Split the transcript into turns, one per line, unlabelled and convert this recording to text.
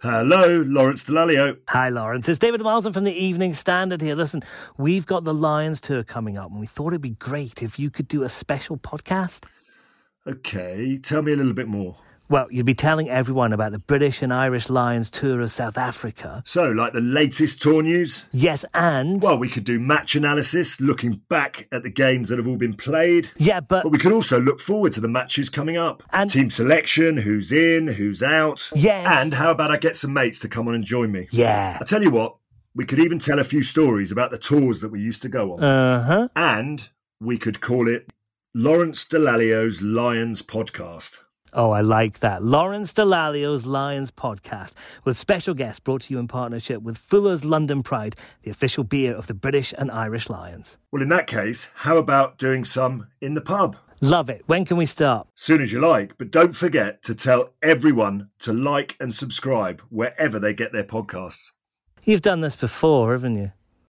Hello, Lawrence Delalio.
Hi, Lawrence. It's David Wilson from the Evening Standard here. Listen, we've got the Lions tour coming up, and we thought it'd be great if you could do a special podcast.
Okay, tell me a little bit more.
Well, you'd be telling everyone about the British and Irish Lions tour of South Africa.
So, like the latest tour news?
Yes, and.
Well, we could do match analysis, looking back at the games that have all been played.
yeah, but.
But we could also look forward to the matches coming up.
And-
Team selection, who's in, who's out.
Yes.
And how about I get some mates to come on and join me?
yeah.
I tell you what, we could even tell a few stories about the tours that we used to go on.
Uh huh.
and we could call it Lawrence Delalio's Lions Podcast.
Oh, I like that. Lawrence Delalio's Lions podcast with special guests brought to you in partnership with Fuller's London Pride, the official beer of the British and Irish Lions.
Well, in that case, how about doing some in the pub?
Love it. When can we start?
Soon as you like, but don't forget to tell everyone to like and subscribe wherever they get their podcasts.
You've done this before, haven't you?